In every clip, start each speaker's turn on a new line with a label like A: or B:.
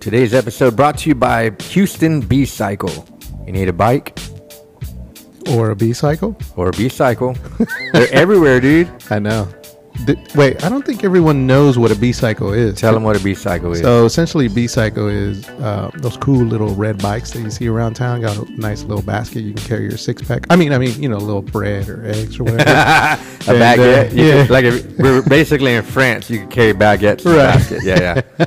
A: Today's episode brought to you by Houston B Cycle. You need a bike
B: Or a B cycle?
A: or a B cycle? They're everywhere, dude.
B: I know. Did, wait, I don't think everyone knows what a B cycle is.
A: Tell them what a B cycle is.
B: So essentially, B cycle is uh, those cool little red bikes that you see around town. Got a nice little basket you can carry your six pack. I mean, I mean, you know, little bread or eggs or whatever.
A: a
B: And,
A: baguette.
B: uh,
A: You could-
B: yeah.
A: Like if we were basically in France, you could carry baguettes. in a
B: Right.
A: basket. Yeah, yeah.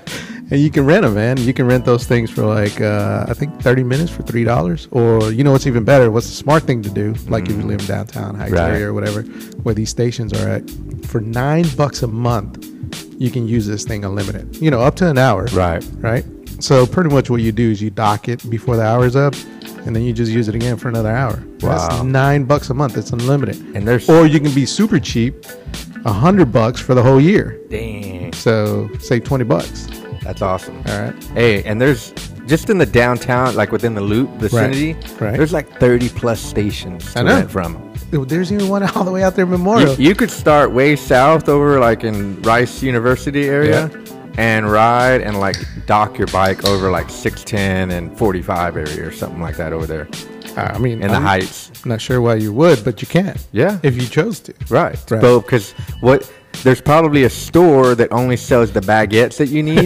B: and you can rent them, man. You can rent those things for like uh, I think thirty minutes for three dollars. Or you know what's even better? What's the smart thing to do? Like if you live downtown, High
A: Mm. Right.
B: or whatever, where these stations are at, for nine bucks a month, you can use this thing unlimited. You know, up to an hour.
A: Right.
B: Right. So pretty much what you do is you dock it before the hour's up. And then you just use it again for another hour.
A: Wow.
B: That's nine bucks a month. It's unlimited.
A: And there's-
B: or you can be super cheap, a hundred bucks for the whole year.
A: Dang,
B: So save twenty bucks.
A: that's awesome.
B: All right.
A: Hey, and there's just in the downtown, like within the loop vicinity,
B: right.
A: there's like 30 plus stations to
B: I know.
A: rent from.
B: There's even one all the way out there in
A: You,
B: Memorial.
A: you could start way south over like in Rice University area and ride and like dock your bike over like 610 and 45 area or something like that over there
B: I mean,
A: in the
B: I'm
A: heights.
B: Not sure why you would, but you can.
A: Yeah.
B: If you chose to.
A: Right.
B: Right.
A: So, because what there's probably a store that only sells the baguettes that you need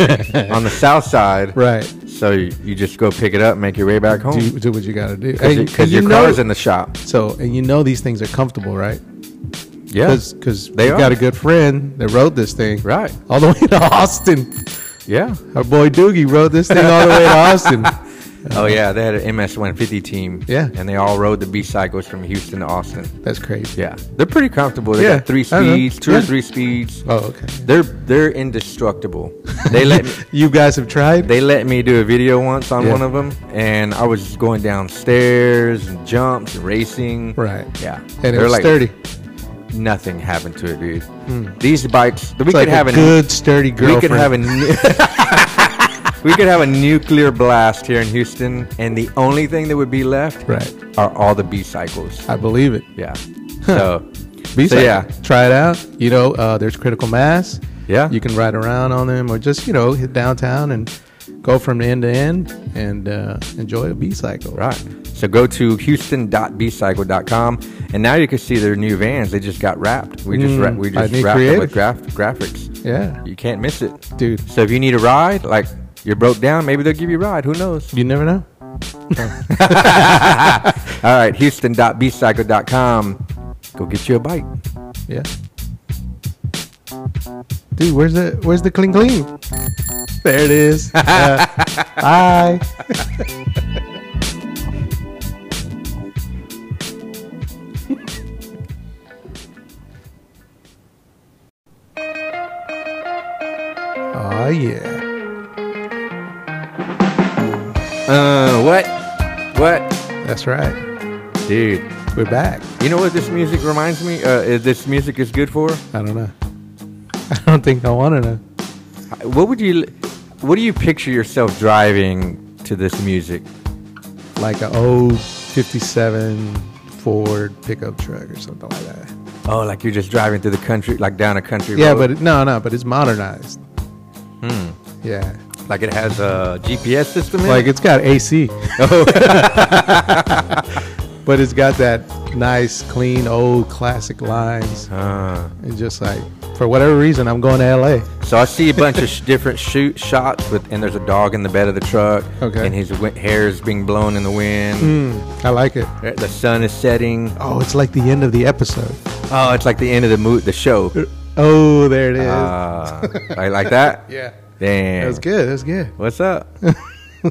A: on the south side.
B: Right.
A: So you, you just go pick it up, and make your way back home
B: Do, do what you got to do.
A: because
B: And- and
A: your
B: you
A: car's
B: know-
A: in the shop.
B: So, and you know these things are comfortable, right?
A: Yeah.
B: Because
A: They
B: they
A: are.
B: got a good friend that rode this thing.
A: Right.
B: All the way to Austin.
A: Yeah.
B: Our boy Doogie rode this thing all the way to Austin.
A: Oh yeah, they had an MS 150 team.
B: Yeah.
A: And they all rode the B cycles from Houston to Austin.
B: That's crazy.
A: Yeah. They're pretty comfortable. They
B: Yeah,
A: got three
B: I know.
A: speeds, two or
B: Yeah.
A: three speeds.
B: Oh, okay.
A: They're they're indestructible. They let me,
B: You guys have tried?
A: they let me do a video once on
B: Yeah.
A: one of them, and I was going downstairs and jumps and racing.
B: right.
A: Yeah.
B: And it
A: They're
B: was
A: like,
B: sturdy. Hmm.
A: Nothing happened to it, dude. These bikes, we could
B: It's like
A: have
B: a
A: an
B: good, sturdy girlfriend.
A: we could have a nu- we could have a nuclear blast here in Houston, and the only thing that would be left
B: Right.
A: are all the B cycles.
B: I believe it.
A: Yeah. So
B: Be
A: So,
B: safe.
A: yeah.
B: try it out. You know, uh, there's critical mass.
A: Yeah.
B: you can ride around on them, or just you know hit downtown and go from end to end and uh, enjoy a B cycle.
A: right. So go to houston.bcycle.com, and now you can see their new vans. They just got wrapped. We just ra-
B: Mm,
A: we
B: I
A: just
B: need
A: wrapped them with
B: creative.
A: graph- graphics.
B: Yeah,
A: You can't miss it,
B: dude,
A: So if you need a ride, like you're broke down, maybe they'll give you a ride. Who knows?
B: you never know.
A: All right, houston.bcycle.com. Go get you a bike.
B: Yeah, dude, where's the where's the clean clean? There it is. Uh, bye. Oh yeah.
A: Uh, what? What?
B: That's right.
A: Dude,
B: We're back.
A: you know what this music reminds me? Uh, is this music is good for?
B: I don't know. I don't think I want to know.
A: What would you, what do you picture yourself driving to this music?
B: Like a old 57 Ford pickup truck or something like that.
A: Oh, like you're just driving through the country, like down a country
B: Yeah,
A: road.
B: but it, no, no, but it's modernized.
A: Hmm.
B: Yeah.
A: but like it has a GPS system. In
B: Like oh.
A: it?
B: it's got AC. but it's got that nice, clean, old classic lines.
A: Uh,
B: And just like, for whatever reason, I'm going to LA.
A: so I see a bunch of sh- different shoot shots with, and there's a dog in the bed of the truck.
B: Okay.
A: And his wi- hair is being blown in the wind.
B: Mm, I like it.
A: The sun is setting.
B: Oh, it's like the end of the episode.
A: Oh, it's like the end of the mo- the show.
B: Oh, there it is.
A: Uh, like, like that?
B: yeah.
A: Damn.
B: That was good. That was good.
A: What's up? All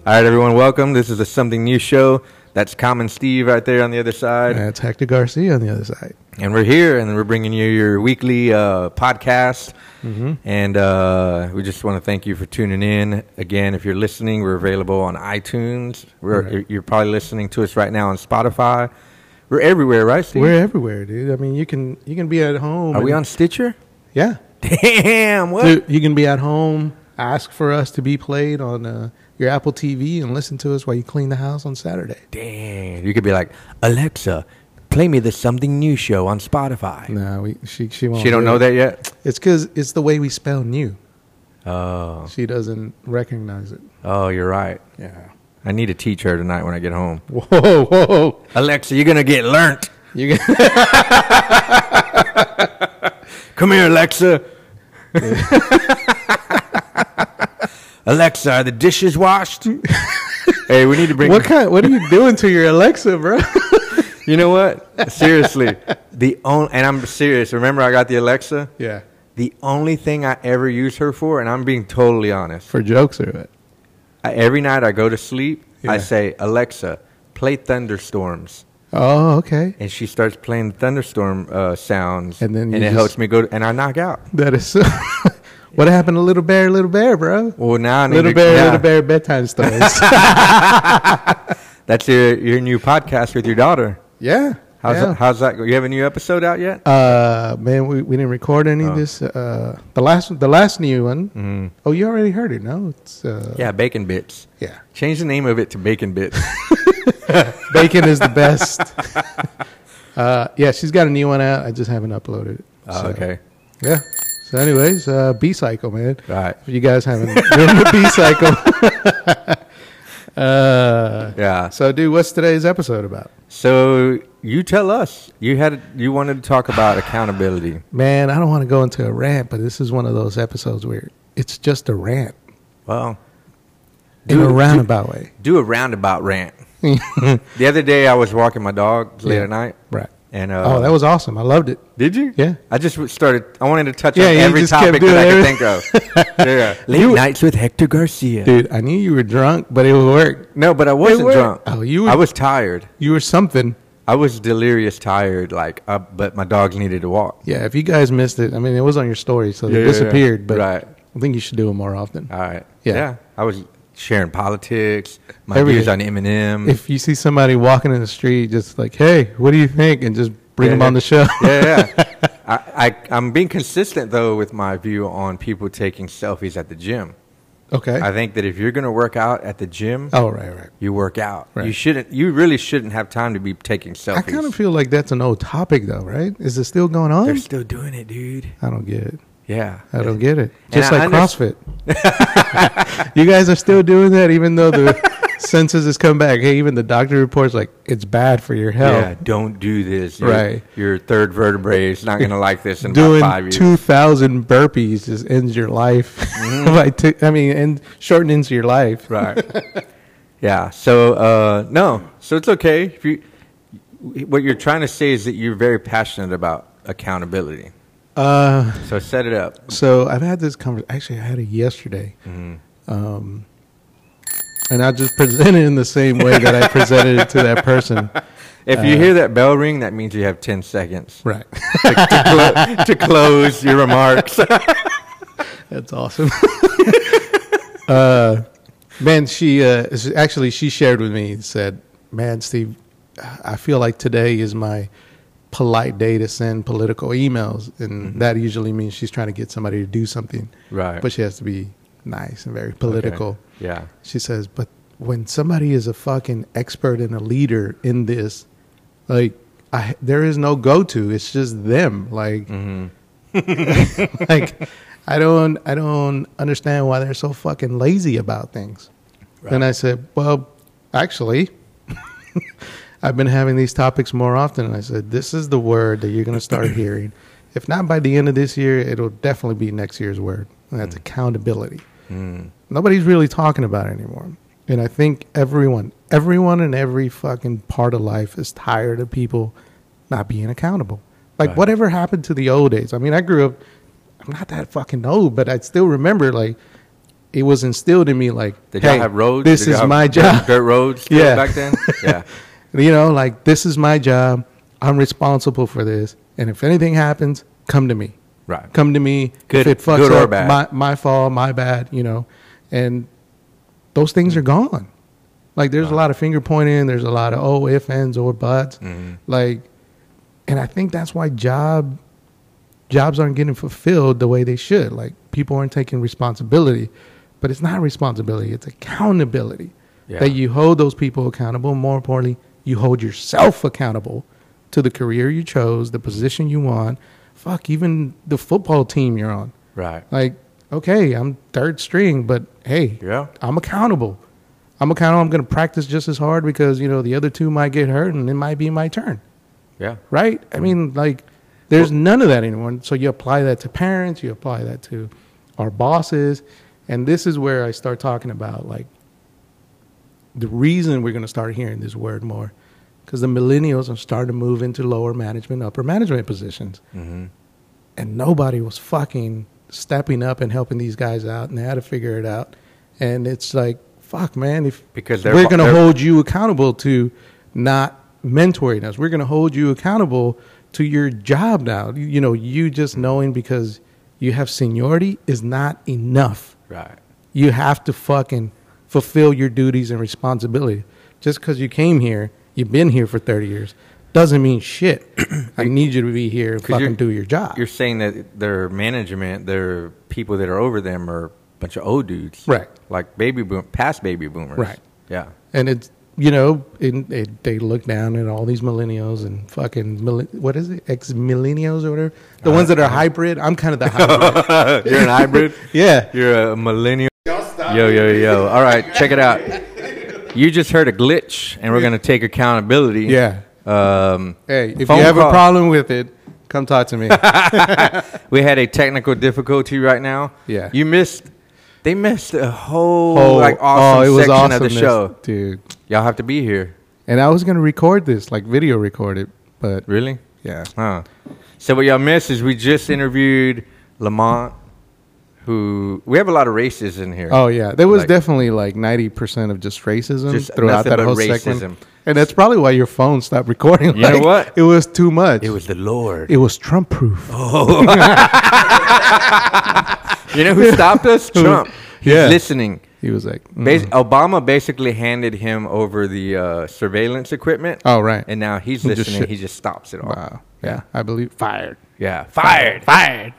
A: right, everyone, welcome. This is a something new show. That's Common Steve right there on the other side.
B: That's Hector Garcia on the other side.
A: And we're here and we're bringing you your weekly uh, podcast.
B: Mm-hmm.
A: And uh, we just want to thank you for tuning in. Again, if you're listening, we're available on iTunes. We're, You're probably listening to us right now on Spotify. We're everywhere, right, Steve?
B: We're everywhere, dude. I mean, you can you can be at home.
A: Are we
B: and-
A: on Stitcher?
B: Yeah,
A: Damn, what?
B: dude, you can be at home. Ask for us to be played on uh, your Apple TV and listen to us while you clean the house on Saturday.
A: Damn. You could be like, Alexa, play me the something new show on Spotify.
B: No, we, she she won't.
A: She don't
B: do
A: know
B: it.
A: that yet?
B: It's because it's the way we spell new.
A: Oh,
B: She doesn't recognize it.
A: oh, you're right.
B: Yeah.
A: I need to teach her tonight when I get home.
B: Whoa, whoa.
A: Alexa, you're gonna get learnt.
B: You got
A: Come here, Alexa. Alexa, are the dishes washed? hey, we need to bring.
B: what kind? What are you doing to your Alexa, bro?
A: You know what? Seriously, the only and I'm serious. Remember, I got the Alexa.
B: yeah.
A: The only thing I ever use her for, and I'm being totally honest.
B: For jokes or what?
A: I, every night I go to sleep, I
B: Yeah.
A: say, Alexa, play thunderstorms.
B: Oh, okay.
A: And she starts playing thunderstorm uh, sounds.
B: And then
A: and
B: you
A: it
B: just-
A: helps me go, to, and I knock out.
B: That is. So what happened to Little Bear, Little Bear, bro?
A: Well, now I need
B: Little
A: to-
B: Bear,
A: yeah.
B: Little Bear bedtime stories.
A: That's your, your new podcast with your daughter.
B: yeah.
A: How's,
B: yeah.
A: how's that go? You have a new episode out yet?
B: Uh, man, we, we didn't record any
A: Oh.
B: of this. Uh, the last the last new one.
A: Mm.
B: Oh, you already heard it, no? It's uh,
A: Yeah, Bacon Bits.
B: yeah.
A: Change the name of it to Bacon Bits.
B: Bacon is the best. uh, yeah, she's got a new one out. I just haven't uploaded it.
A: Oh,
B: So,
A: okay.
B: Yeah. So, anyways, uh, B cycle, man.
A: Right.
B: If you guys haven't ruined the B cycle. uh,
A: Yeah.
B: so, dude, what's today's episode about?
A: So you tell us. You had you wanted to talk about accountability.
B: Man, I don't want to go into a rant, but this is one of those episodes where it's just a rant
A: Well,
B: in a
A: do-
B: roundabout way.
A: do a roundabout rant. the other day I was walking my dog late
B: Yeah.
A: at night,
B: Right.
A: and uh,
B: Oh, that was awesome. I loved it.
A: did you?
B: Yeah.
A: I just started. I wanted to touch
B: Yeah,
A: on
B: you
A: every
B: just kept
A: topic
B: doing
A: that I could think of.
B: everything.
A: yeah. Late nights with Hector Garcia.
B: Dude, I knew you were drunk, but it would work.
A: No, but I wasn't
B: were-
A: drunk.
B: Oh, you were-
A: I was tired.
B: You were something.
A: I was delirious, tired. Like, uh, but my dogs needed to walk.
B: Yeah, if you guys missed it, I mean, it was on your story, so
A: Yeah,
B: it
A: yeah,
B: disappeared,
A: yeah.
B: but
A: Right. Um,
B: I think you should do it more often.
A: All right.
B: Yeah.
A: I was sharing politics, my
B: Everything.
A: views on Eminem.
B: If you see somebody walking in the street, just like, hey, what do you think? And just bring
A: Yeah,
B: them
A: yeah.
B: on the show.
A: yeah, yeah. I, I, I'm being consistent though with my view on people taking selfies at the gym.
B: okay.
A: I think that if you're going to work out at the gym,
B: oh, right, right.
A: you work out. You
B: Right.
A: shouldn't. You really shouldn't have time to be taking selfies.
B: I kind of feel like that's an old topic, though, right? Is it still going on?
A: They're still doing it, dude.
B: I don't get it.
A: Yeah.
B: I don't get it.
A: And
B: Just
A: I
B: like
A: under-
B: CrossFit. you guys are still doing that, even though the census has come back. Hey, even the doctor reports like it's bad for your health.
A: Yeah. Don't do this. Your-
B: Right.
A: Your third vertebrae is not going to like this in
B: doing
A: about five years.
B: 2000 burpees just ends your life By two- I mean and shorten into your life
A: Mm-hmm. right yeah so uh no so it's okay if you what you're trying to say is that you're very passionate about accountability
B: uh,
A: so set it up
B: so i've had this conversation actually i had it yesterday
A: Mm-hmm.
B: um, and i just presented it in the same way that i presented it to that person
A: if
B: uh,
A: you hear that bell ring that means you have 10 seconds
B: right
A: to, to clo- to close your remarks
B: that's awesome uh, man she uh, s- actually she shared with me said man steve i feel like today is my polite day to send political emails and that usually means she's trying to get somebody to do something
A: right
B: but she has to be nice and very political.
A: yeah
B: She says, but when somebody is a fucking expert and a leader in this, like I, there is no go to. It's just them. Like, like I don't, I don't understand why they're so fucking lazy about things. And I said, well, actually. I've been having these topics more often, and I said, "This is the word that you're going to start hearing. If not by the end of this year, it'll definitely be next year's word. And
A: Hmm.
B: that's accountability. Nobody's really talking about it anymore. And I think everyone, everyone in every fucking part of life is tired of people not being accountable. Like,
A: Right.
B: whatever happened to the old days? I mean, I grew up, I'm not that fucking old, but I still remember, like, it was instilled in me, like,
A: did
B: hey,
A: y'all have roads
B: This
A: Did y'all
B: is
A: have
B: my
A: dirt-
B: job.
A: dirt roads still
B: Yeah.
A: back then yeah
B: You know, like this is my job. I'm responsible for this. And if anything happens, come to me.
A: right
B: Come to me.
A: Good-
B: if it fucks
A: good or
B: up,
A: bad.
B: my my fault, my bad, you know. And those things are gone. Like there's a lot of finger pointing, there's a lot of oh if, ands, or buts.
A: Mhm.
B: Like and I think that's why job jobs aren't getting fulfilled the way they should. Like people aren't taking responsibility. But it's not responsibility, it's accountability
A: Yeah.
B: that you hold those people accountable. More importantly, you hold yourself accountable to the career you chose, the position you want, fuck, even the football team you're on.
A: right
B: Like, okay, I'm third string, but hey,
A: Yeah.
B: I'm accountable. I'm accountable. I'm going to practice just as hard because you know the other two might get hurt, and it might be my turn.
A: Yeah.
B: Right? I mean, like, there's none of that anymore. So you apply that to parents, you apply that to our bosses, and this is where I start talking about like the reason we're going to start hearing this word more, because the millennials are starting to move into lower management, upper management positions
A: hmm
B: and nobody was fucking stepping up and helping these guys out, and they had to figure it out. And it's like, fuck, man, if
A: Because they're-
B: we're going to
A: they're-
B: hold you accountable to not mentoring us, we're going to hold you accountable to your job now. You, you know, you just knowing because you have seniority is not enough.
A: Right.
B: You have to fucking fulfill your duties and responsibility. Just because you came here, you've been here for thirty years. Doesn't mean shit. I need you to be here and
A: 'Cause you're-
B: fucking do your job.
A: You're saying that their management, their people that are over them, are a bunch of old dudes,
B: Right.
A: Like baby boom, past baby boomers,
B: Right.
A: Yeah.
B: and it's you know it, it, they look down at all these millennials and fucking millen- what is it ex millennials or whatever the ones
A: Uh,
B: that are hybrid i'm kind of the hybrid
A: You're an hybrid.
B: yeah
A: You're a millennial. Yo, yo, yo. All right, check it out. You just heard a glitch, and we're gonna take accountability.
B: Yeah.
A: Um,
B: hey if
A: Phone
B: you have
A: call.
B: a problem with it come talk to me
A: we had a technical difficulty right now.
B: Yeah.
A: You missed. They missed a whole
B: Oh,
A: like awesome
B: oh, it was
A: section of
B: awesomeness,
A: the show.
B: dude
A: Y'all have to be here.
B: and i was gonna record this like video record it but
A: Really?
B: yeah
A: Huh. So what y'all missed is we just interviewed Lamont, who we have a lot of races in here.
B: oh yeah there was
A: Like-
B: definitely like 90% of just racism
A: Just
B: throughout
A: nothing
B: that
A: but
B: whole
A: racism.
B: segment and that's probably why your phone stopped recording
A: You know
B: Like,
A: what?
B: it was too much
A: it was Oh. the Lord.
B: it was trump proof
A: you know who stopped us? Trump. He's
B: Yeah.
A: listening.
B: he was like mm.
A: Bas- Obama basically handed him over the uh, surveillance equipment.
B: Oh, right.
A: And now he's
B: He just
A: listening.
B: shit-
A: he just stops it all.
B: Wow. Yeah, I believe fired.
A: Yeah. Fired.
B: Fired.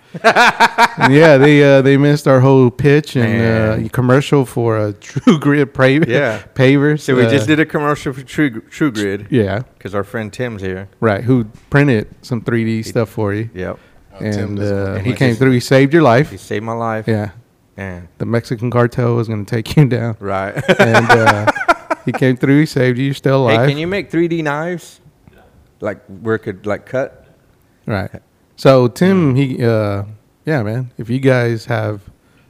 B: yeah, they uh, they missed our whole pitch and
A: Man.
B: uh, commercial for a True Grit paver.
A: Yeah.
B: pavers.
A: So we
B: uh,
A: just did a commercial for True, True Grid.
B: Yeah,
A: Because our friend Tim's here.
B: right. Who printed some 3D stuff for you?
A: Yep.
C: Tim
B: and
C: does
B: uh,
C: work
B: he
C: like
B: came
C: this.
B: through. He saved your life.
A: He saved my life.
B: Yeah,
A: Man.
B: the Mexican cartel was going to take you down,
A: Right.
B: and uh, he came through. He saved you. You're still
A: Hey,
B: alive.
A: can you make 3D knives? Like where it could like cut?
B: Right. So
A: Mm.
B: Tim, he, uh, yeah, man. If you guys have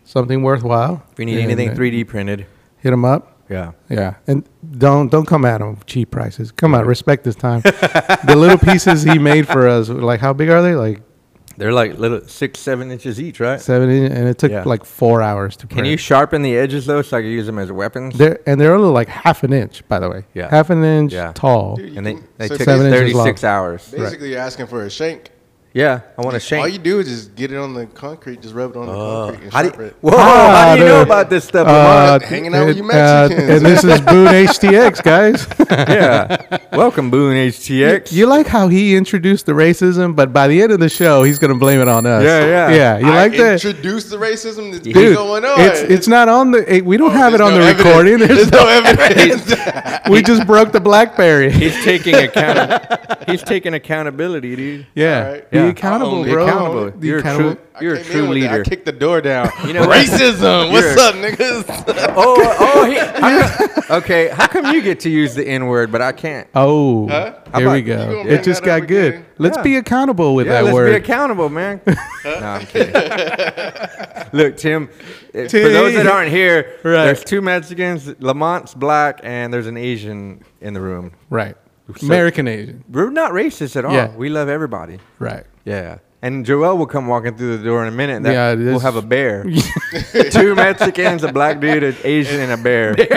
B: something worthwhile,
A: If you need
B: and,
A: anything
B: uh,
A: 3D printed.
B: hit him up.
A: Yeah.
B: Yeah, and don't don't come at him with cheap prices. Come on, respect this time. the little pieces he made for us, like how big are they? Like
A: They're like little six, seven inches each, right?
B: seven, in- and it took
A: Yeah.
B: like four hours to
A: Can
B: print.
A: you sharpen the edges though so I can use them as weapons?
B: They're, and they're only like half an inch, by the way.
A: Yeah.
B: half an inch
A: Yeah.
B: tall.
C: Dude,
A: and they,
C: You
A: they
C: can-
A: took
B: Seven inches
A: 36
B: long.
A: hours.
C: Basically, you're asking for a shank.
A: Yeah, I want to shank.
C: All you do is just get it on the concrete, just rub it on the concrete and
A: how do
C: sharpen
A: you,
C: it.
A: whoa, how do you know
B: dude.
A: about this stuff?
B: Uh,
C: hanging out with you
B: and- uh,
C: Mexicans.
B: and this is Boone HTX, guys.
A: Lamont? yeah. Welcome, Boone HTX.
B: you like how he introduced the racism, but by the end of the show, he's gonna blame it on us.
A: Yeah, yeah.
B: yeah. You like
C: I
B: that?
C: Introduce the racism that's been
B: Dude,
C: going on. Oh,
B: it's it's not on the. It, we don't have it
C: There's
B: on
C: no
B: the
C: evidence.
B: recording. There's
C: There's
B: no,
C: no evidence.
B: we just broke the BlackBerry.
A: he's taking account. he's taking accountability, dude.
B: Yeah.
C: All right.
B: Be
A: Yeah.
B: accountable,
C: Be
B: bro.
A: accountable.
B: Be
A: You're a
B: accountable.
A: true-
C: I
A: You're a
C: came in
A: true
C: with that.
A: leader.
C: I kicked the door down.
A: You know what? You're
C: racism. What's
A: a-
C: up, niggas?
A: Oh, oh, he, how come- okay. How come you get to use the N word, but I can't?
B: Oh,
C: Huh?
A: How
B: here
A: about-
B: we
A: You
C: gonna
B: go.
C: bring
B: It just
C: that up
B: got good.
C: again?
B: Let's
A: Yeah.
B: be accountable with
A: Yeah,
B: that
A: let's be
B: word.
A: accountable, man. no, I'm kidding. Look, Tim, eh, For those that aren't here,
B: Right.
A: there's two Mexicans. Lamont's black, and there's an Asian in the room.
B: right.
A: So-
B: American Asian.
A: We're not racist at all.
B: Yeah.
A: We love everybody.
B: Right.
A: Yeah. And Joel will come walking through the door in a minute. And that,
B: Yeah,
A: we'll
B: this-
A: have a bear. Two Mexicans, a black dude, an Asian, and a bear.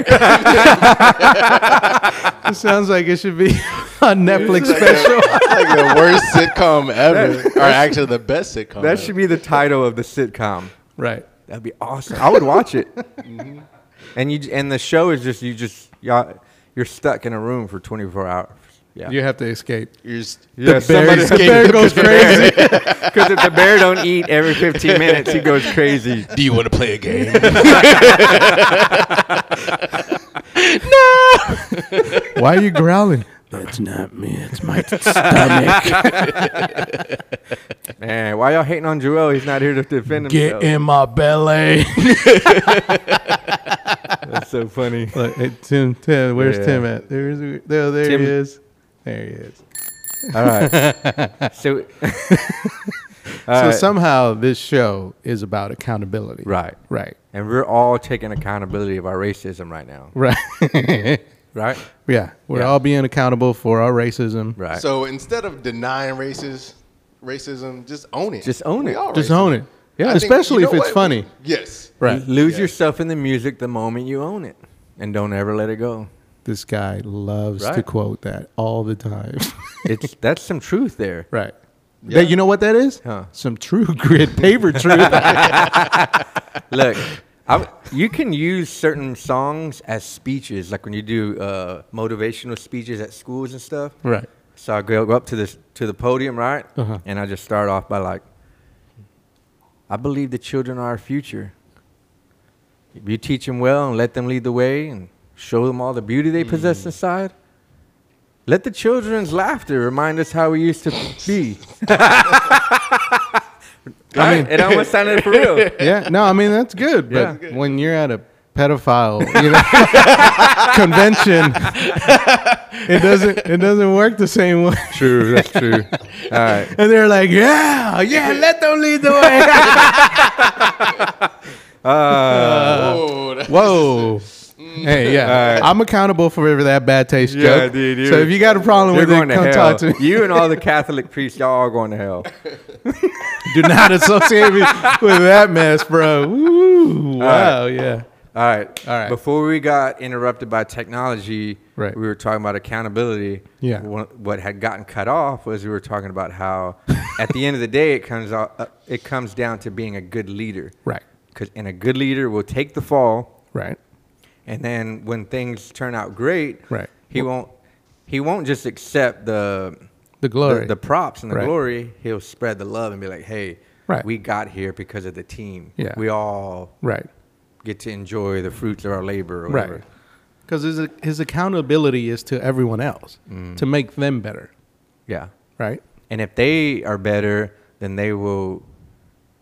B: It sounds like it should be a Netflix special.
C: It's like the worst sitcom ever, or actually the best sitcom.
A: That
C: ever.
A: should be the title of the sitcom.
B: right.
A: That'd be awesome. I would watch it. Mm-hmm. And you and the show is just you just y'all, you're stuck in a room for 24 hours. Yeah.
B: You have to escape.
C: You're just-
A: Yeah,
B: Bear,
A: somebody-
B: the bear goes crazy.
A: Because if the bear don't eat every 15 minutes, he goes crazy.
C: Do you want to play a game?
B: Why are you growling? That's not me. It's my stomach.
A: Man, why y'all hating on Joel? He's not here to defend himself.
B: Get in my belly.
A: That's so funny.
B: Look, hey, Tim, Tim, where's
A: Yeah.
B: Tim at? There's, there, there
A: Tim-
B: he is. There he is.
A: All right. So,
B: so
A: All right.
B: somehow this show is about accountability.
A: right.
B: Right.
A: And we're all taking accountability of our racism right now.
B: Right.
A: Right?
B: yeah. We're
A: Yeah.
B: all being accountable for our racism.
A: Right.
C: So instead of denying races, racism, just own it.
A: Just own
C: We
A: it.
C: are
B: Just
C: racist.
B: own it.
A: Yeah.
C: I think-
B: Especially
C: you
B: if
C: know
B: it's
C: what?
B: funny.
C: Yes.
B: Right.
A: Lose
C: Yeah.
A: yourself in the music the moment you own it and don't ever let it go.
B: This guy loves to
A: Right.
B: quote that all the time.
A: It's that's some truth there.
B: right.
C: Yeah.
B: That, you know what that is?
A: Huh.
B: Some true grit paper truth.
A: Look, I, you can use certain songs as speeches, like when you do uh, motivational speeches at schools and stuff.
B: right.
A: So I go, go up to this to the podium, right?
B: Uh-huh.
A: And I just start off by like, I believe the children are our future. If you teach them well and let them lead the way and show them all the beauty they possess inside, let the children's laughter remind us how we used to be. I mean, it almost sounded for real.
B: Yeah. No, I mean that's good. But
A: Yeah.
B: when you're at a pedophile you know, convention, it doesn't it doesn't work the same way.
A: True, that's true. All right.
B: And they're like, yeah, yeah, let them lead the way.
C: Whoa, that-
B: Whoa. Mm. Hey, yeah. I'm accountable for that bad taste
A: Yeah,
B: joke.
A: dude, you-
B: so if you got a problem
A: You're
B: with it,
A: going to
B: come
A: hell.
B: talk to me.
A: You and all the Catholic priests, y'all are going to hell.
B: Do not associate me with that mess, bro. Woo, wow, yeah.
A: All right.
B: All right.
A: Before we got interrupted by technology,
B: Right.
A: we were talking about accountability.
B: Yeah.
A: Wha- What had gotten cut off was we were talking about how, at the end of the day, it comes out, uh, it comes down to being a good leader.
B: Right,
A: 'Cause- and a good leader will take the fall,
B: right,
A: and then when things turn out great,
B: Right.
A: he won't he won't just accept the
B: The glory.
A: the, the props and the
B: Right.
A: glory. He'll spread the love and be like, "Hey,
B: Right.
A: we got here because of the team.
B: Yeah.
A: We all
B: right.
A: get to enjoy the fruits of our labor or whatever."
B: Right. Because his, his accountability is to everyone else
A: Mm.
B: to make them better,
A: Yeah.
B: right?
A: And if they are better, then they will.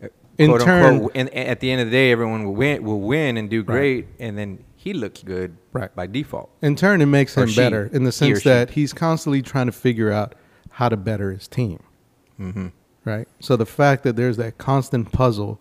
A: uh,
B: In
A: quote,
B: turn-
A: unquote, and, and at the end of the day, everyone will win, will win and do great, and then he looks good
B: Right.
A: by default.
B: In turn, it makes
A: Or
B: him
A: she.
B: better in the
A: He or
B: sense
A: she.
B: that he's constantly trying to figure out how to better his team.
A: Mm-hmm.
B: Right? So the fact that there's that constant puzzle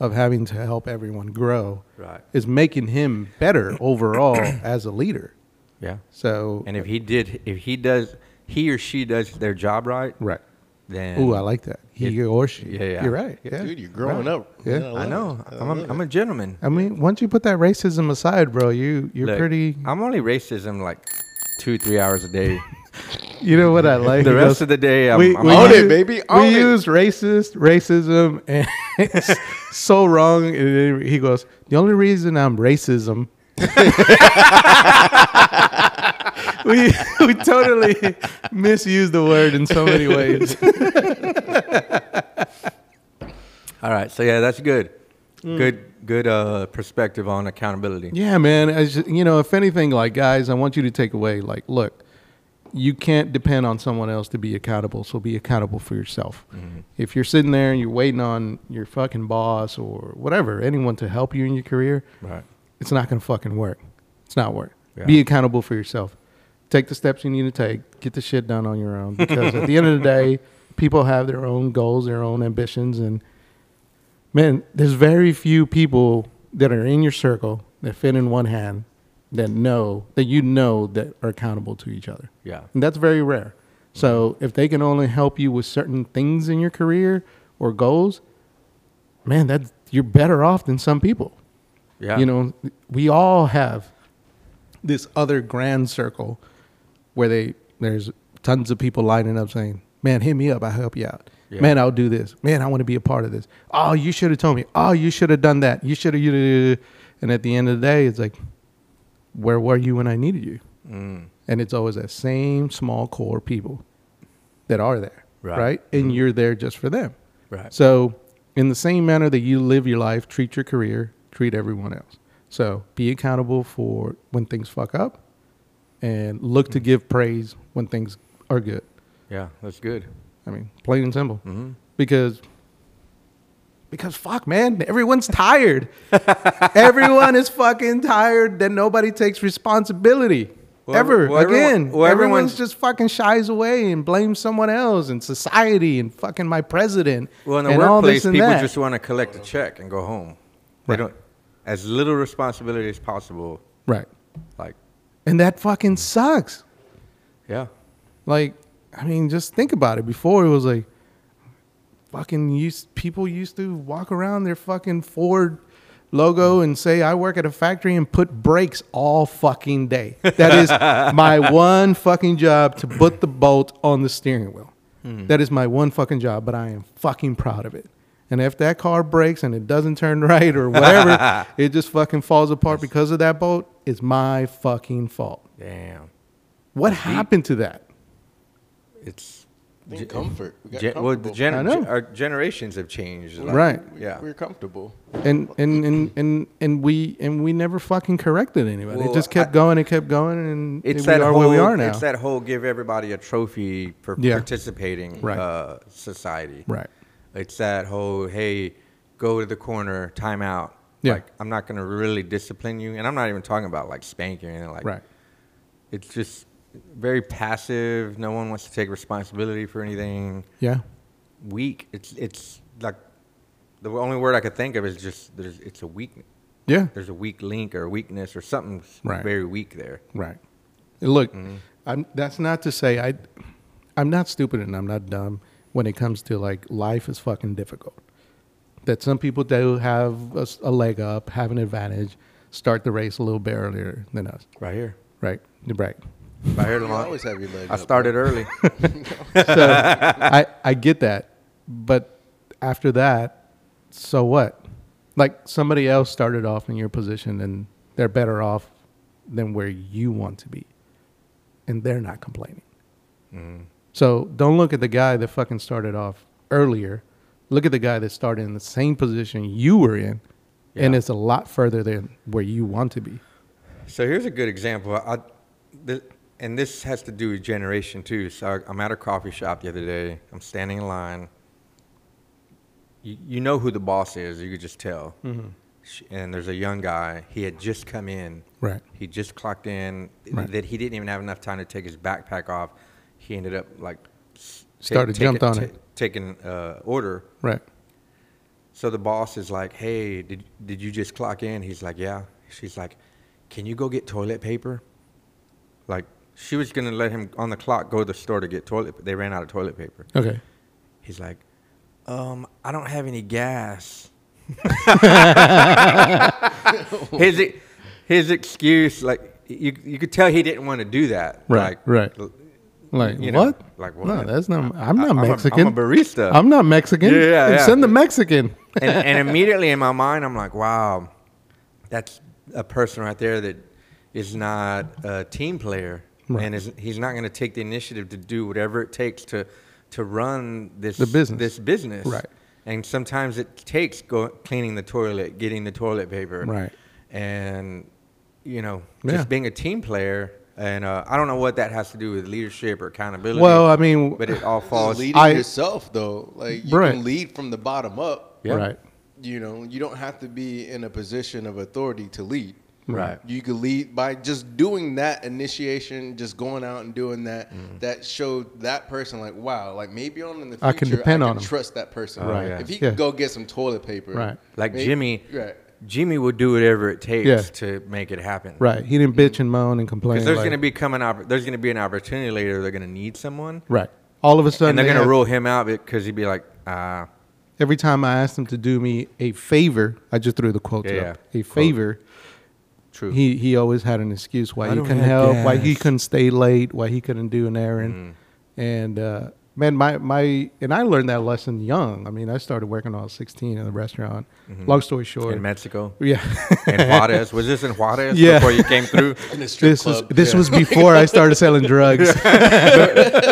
B: of having to help everyone grow
A: Right.
B: is making him better overall as a leader.
A: Yeah.
B: So,
A: And if he did, if he does, he or she does their job right,
B: right.
A: then
B: Ooh, I like that. He
A: It-
B: or she.
A: yeah, yeah.
B: You're right. Yeah.
C: Dude, you're growing
B: Right.
C: up.
B: Yeah.
A: I
C: love
A: know.
C: it. I
A: I'm a,
C: love
A: I'm
C: it.
A: a gentleman.
B: I mean, once you put that racism aside, bro, you you're
A: Look,
B: pretty.
A: I'm only racism like two, three hours a day.
B: You know what I like?
A: the
B: He
A: rest
B: goes,
A: of the day, I'm,
B: we,
A: I'm
B: we
C: own
A: on
C: it,
B: use-
C: baby,
B: we
C: own it.
B: use racist racism and it's so wrong. And then he goes, the only reason I'm racism. we we totally misuse the word in so many ways.
A: All right. So yeah, that's good.
B: Mm.
A: Good, good uh, perspective on accountability.
B: Yeah, man. As you- you know, if anything, like guys, I want you to take away, like, look, you can't depend on someone else to be accountable. So be accountable for yourself. If you're sitting there and you're waiting on your fucking boss or whatever, anyone to help you in your career,
A: Right.
B: it's not gonna fucking work. It's not work.
A: Yeah.
B: Be accountable for yourself. Take the steps you need to take. Get the shit done on your own. Because at the end of the day, people have their own goals, their own ambitions, and man, there's very few people that are in your circle that fit in one hand that know that you know that are accountable to each other.
A: Yeah.
B: And that's very rare. So if they can only help you with certain things in your career or goals, man, that's you're better off than some people.
A: Yeah.
B: You know, we all have this other grand circle where they there's tons of people lining up saying, "Man, hit me up. I'll help you out.
A: Yeah.
B: Man, I'll do this. Man, I want to be a part of this. Oh, you should have told me. Oh, you should have done that. You should have." you And at the end of the day, it's like, where were you when I needed you?
A: Mm.
B: And it's always that same small core people that are there,
A: Right.
B: right? And you're there just for them.
A: Right.
B: So, in the same manner that you live your life, treat your career, treat everyone else. So, be accountable for when things fuck up and look to give praise when things are good.
A: Yeah, that's good.
B: I mean, plain and simple. because Mm-hmm. because fuck man everyone's tired everyone is fucking tired then nobody takes responsibility
A: Well,
B: ever
A: well, everyone-
B: again
A: well,
B: everyone's
A: everyone's-
B: just fucking shies away and blames someone else and society and fucking my president
A: Well, in the
B: and all
A: workplace,
B: this and
A: people
B: that.
A: just want to collect a check and go home. They
B: Right.
A: don't as little responsibility as possible.
B: right
A: Like,
B: and that fucking sucks
A: yeah,
B: Like, I mean, just think about it. Before it was like, fucking used people used to walk around their fucking Ford logo and say, "I work at a factory and put brakes all fucking day." That is my one fucking job to put the bolt on the steering wheel. That is my one fucking job, but I am fucking proud of it. And if that car breaks and it doesn't turn right or whatever, it just fucking falls apart because of that bolt, it's my fucking fault.
A: damn,
B: What happened to that?
A: it's
C: Think comfort. We got
A: gen- well, the
C: comfortable.
A: gen-
B: I know.
A: our generations have changed, a lot.
B: Right.
C: We-
A: Yeah,
C: We're comfortable.
B: and and and and and we and we never fucking corrected anybody.
A: Well,
B: it just kept
A: I-
B: going and kept going, and
A: it's
B: we
A: that
B: are
A: whole
B: where we are now.
A: it's that whole give everybody a trophy for
B: Yeah.
A: participating
B: Right.
A: uh, society.
B: Right.
A: It's that whole hey, go to the corner, time out.
B: Yeah.
A: Like I'm not gonna really discipline you, and I'm not even talking about like spanking or anything like.
B: Right.
A: It's just very passive. No one wants to take responsibility for anything.
B: Yeah.
A: Weak. It's it's like the only word I could think of is just there's it's a weak
B: Yeah.
A: there's a weak link or weakness or something's
B: Right.
A: very weak there.
B: Right. And Look,
A: Mm-hmm.
B: I'm, that's not to say I, I'm not stupid and I'm not dumb when it comes to like life is fucking difficult. That some people do have a, s- a leg up, have an advantage, start the race a little bit earlier than us.
A: Right here.
B: Right. Right.
A: Right here,
C: You
A: Lamont.
C: always have your leg
A: I
C: up,
A: started early.
B: so I, I get that. But after that, so what? Like somebody else started off in your position and they're better off than where you want to be. And they're not complaining. So don't look at the guy that fucking started off earlier. Look at the guy that started in the same position you were in. And
A: Yeah.
B: it's a lot further than where you want to be.
A: So here's a good example. I, th- and this has to do with generation too. So I, I'm at a coffee shop the other day. I'm standing in line. You, you know who the boss is. You could just tell.
B: Mm-hmm.
A: Sh And there's a young guy. He had just come in.
B: Right.
A: He just clocked in.
B: Right.
A: That he didn't even have enough time to take his backpack off. He ended up like s- ta-
B: Started,
A: take
B: jumped
A: a-
B: on
A: ta-
B: it.
A: taking uh, order.
B: Right.
A: So the boss is like, "Hey, did did you just clock in?" He's like, "Yeah." She's like, "Can you go get toilet paper?" Like she was gonna let him on the clock go to the store to get toilet. They ran out of toilet paper.
B: Okay.
A: He's like, "Um, I don't have any gas." his e- his excuse, like you you could tell he didn't want to do that.
B: Right,
A: Like,
B: right. Like
A: You know,
B: what?
A: like
B: No,
A: what?
B: that's not. I'm not
A: I'm a- I'm a
B: Mexican.
A: barista.
B: I'm not Mexican.
A: Yeah, yeah,
B: Then
A: yeah.
B: Send the Mexican.
A: and, and immediately in my mind, I'm like, wow, that's a person right there that is not a team player,
B: Right.
A: and is, he's not going to take the initiative to do whatever it takes to to run this
B: The business.
A: This business,
B: Right.
A: And sometimes it takes go, cleaning the toilet, getting the toilet paper,
B: Right.
A: And you know,
B: Yeah.
A: just being a team player. And uh, I don't know what that has to do with leadership or accountability.
B: Well, uh, I mean,
A: but it all
C: Just
A: falls.
C: leading
B: I-
C: yourself though, like you
B: Right.
C: can lead from the bottom up.
A: Yeah.
B: right,
C: You know, you don't have to be in a position of authority to lead.
A: Right.
C: You could lead by just doing that initiation, just going out and doing that.
A: Mm.
C: That showed that person like, wow, like maybe on in the future
B: I can depend
C: I
B: on
C: can
B: him.
C: trust that person.
A: Right. yeah.
C: If he
B: Yeah.
C: could go get some toilet paper,
B: Right.
A: like
C: may-
A: Jimmy,
C: right?
A: Jimmy will do whatever it takes
B: Yeah.
A: to make it happen.
B: right. He didn't bitch and moan and complain.
A: Because there's
B: like-
A: going to be coming opp- there's going to be an opportunity later. They're going to need someone,
B: right. All of a sudden,
A: and they're
B: they
A: going to
B: have-
A: rule him out because he'd be like, uh,
B: Every time I asked him to do me a favor, I just threw the quote
A: Yeah,
B: up.
A: yeah.
B: A favor.
A: "True."
B: He he always had an excuse why
A: I
B: he
A: don't
B: couldn't
A: have
B: help, why
A: gas.
B: he couldn't stay late, why he couldn't do an errand,
A: Mm-hmm.
B: and uh, man, my my and I learned that lesson young. I mean, I started working when I was 16 in the restaurant.
A: Mm-hmm.
B: Long story short,
A: in Mexico,
B: yeah.
A: in Juarez, was this in Juarez
B: Yeah.
A: before you came through?
C: In a strip
B: This was
C: club.
B: this was before I started selling drugs.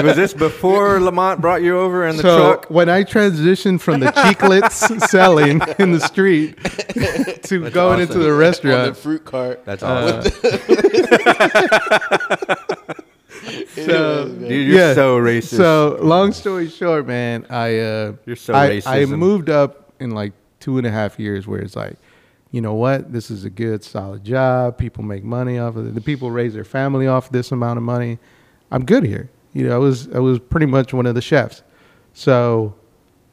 A: was this before Lamont brought you over in the
B: so
A: truck?
B: when I transitioned from the chiclets selling in the street to going into
A: awesome.
B: the
C: on the
B: restaurant,
C: fruit cart.
A: That's awesome.
B: So,
A: Dude, you're so racist.
B: So, long story short, man, I uh,
A: You're so
B: I, I
A: racism.
B: moved up in like two and a half years, where it's like, you know what, this is a good, solid job. People make money off of it. The people raise their family off this amount of money. I'm good here. You know, I was I was pretty much one of the chefs. So,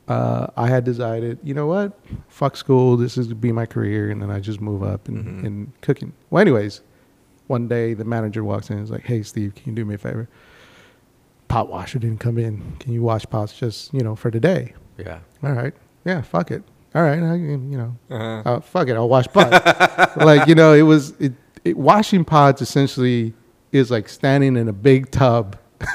B: uh, I had decided, you know what, fuck school. This is gonna be my career, and then I just move up and,
A: Mm-hmm.
B: and cooking. Well, anyways, one day the manager walks in and is like, "Hey, Steve, can you do me a favor? Pot washer didn't come in. Can you wash pots just you know for today?
A: yeah.
B: All right, yeah, fuck it. All right, I, can, you know,
A: Uh-huh.
B: uh, fuck it. I'll wash pots. like you know, it was it, it washing pots essentially is like standing in a big tub.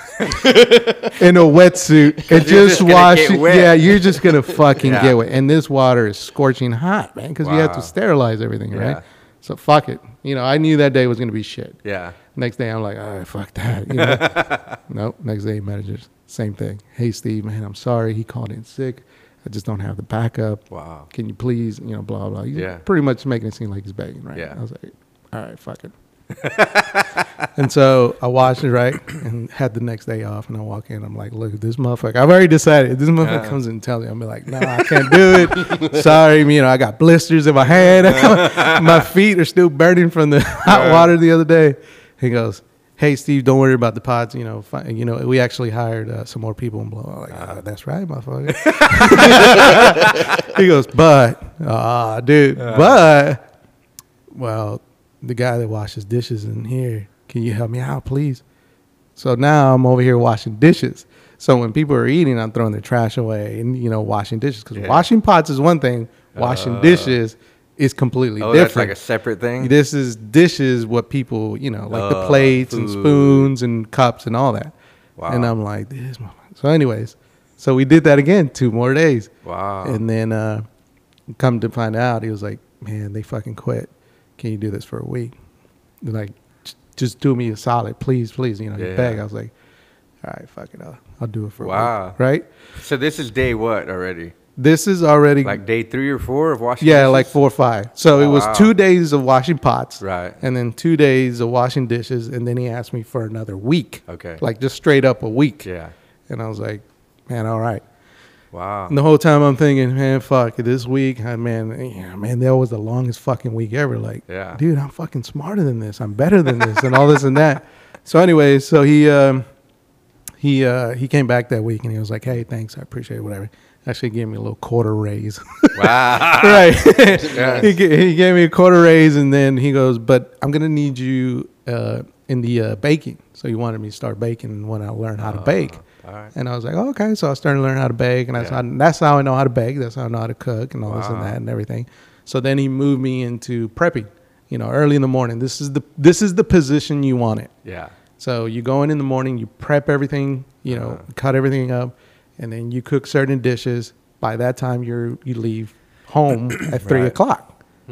B: in a wetsuit and
A: you're
B: just,
A: just gonna
B: wash
A: get
B: it.
A: wet.
B: yeah you're just gonna fucking
A: Yeah.
B: get wet and this water is scorching hot man because you have
A: Wow.
B: to sterilize everything
A: Yeah.
B: right so fuck it you know i knew that day was gonna be shit
A: Yeah.
B: Next day, I'm like, all right, fuck that. You know? nope. Next day, managers, same thing. Hey, Steve, man, I'm sorry. He called in sick. I just don't have the backup.
A: Wow.
B: Can you please, you know, blah, blah. He's
A: Yeah.
B: Pretty much making it seem like he's begging, right?
A: Yeah.
B: I was like, all right, fuck it. and so I watched it, right? And had the next day off. And I walk in. I'm like, look, this motherfucker, I've already decided. If This motherfucker
A: Yeah.
B: comes and tells me, I'm like, no, I can't do it. sorry, you know, I got blisters in my hand. my feet are still burning from the hot water the other day. He goes, hey, Steve, don't worry about the pods. You know, fi- you know, we actually hired uh, some more people in blow. I'm like, oh, that's right, motherfucker he goes, but ah, dude, but well, the guy that washes dishes in here, can you help me out, please? So now I'm over here washing dishes. So when people are eating, I'm throwing their trash away and you know washing dishes because
A: Yeah. Uh.
B: washing pots is one thing, washing dishes is completely
A: Oh, that's like
B: different.
A: a separate thing.
B: This is dishes what people you know like the
A: Uh,
B: plates and
A: food.
B: spoons and cups and all that.
A: Wow.
B: And I'm like this. motherfucker. So anyways, so we did that again two more days.
A: Wow.
B: And then uh, come to find out, he was like, "Man, they fucking quit. Can you do this for a week? They're like, "J- just do me a solid, please, please." You know, he
A: Yeah.
B: begged. I was like, "All right, fuck it, I'll, I'll do it for a
A: Wow.
B: week." Right?
A: So this is day what already?
B: This is already
A: Like day three or four of Washington?
B: yeah, like four or five. So it
A: Oh,
B: was
A: wow.
B: two days of washing pots,
A: Right.
B: And then two days of washing dishes, and then he asked me for another week.
A: Okay.
B: like just straight up a week.
A: Yeah.
B: And I was like, "Man, all right."
A: Wow.
B: And the whole time I'm thinking, man, fuck this week, I, man, yeah, man, that was the longest fucking week ever. Like,
A: Yeah.
B: dude, I'm fucking smarter than this. I'm better than this, and all this and that. So, anyway, so he um, he uh, he came back that week and he was like, hey, thanks, I appreciate it, whatever. Actually, gave me a little quarter raise.
A: Wow.
B: right. he, ga- he gave me a quarter raise, and then he goes, but I'm gonna need you uh, in the uh, baking. So he wanted me to start baking when I learn how to
A: Ah,
B: bake.
A: all right.
B: And I was like, oh, okay. So I started to learn how to bake, and that's
A: Yeah.
B: how that's how I know how to bake. That's how I know how to cook, and all this and
A: Wow.
B: that, and everything. So then he moved me into prepping. You know, early in the morning. This is the this is the position you want it.
A: Yeah.
B: So you go in in the morning, you prep everything, you know,
A: Uh-huh.
B: cut everything up, and then you cook certain dishes. By that time, you you leave home at three
A: Right. Hmm.
B: o'clock.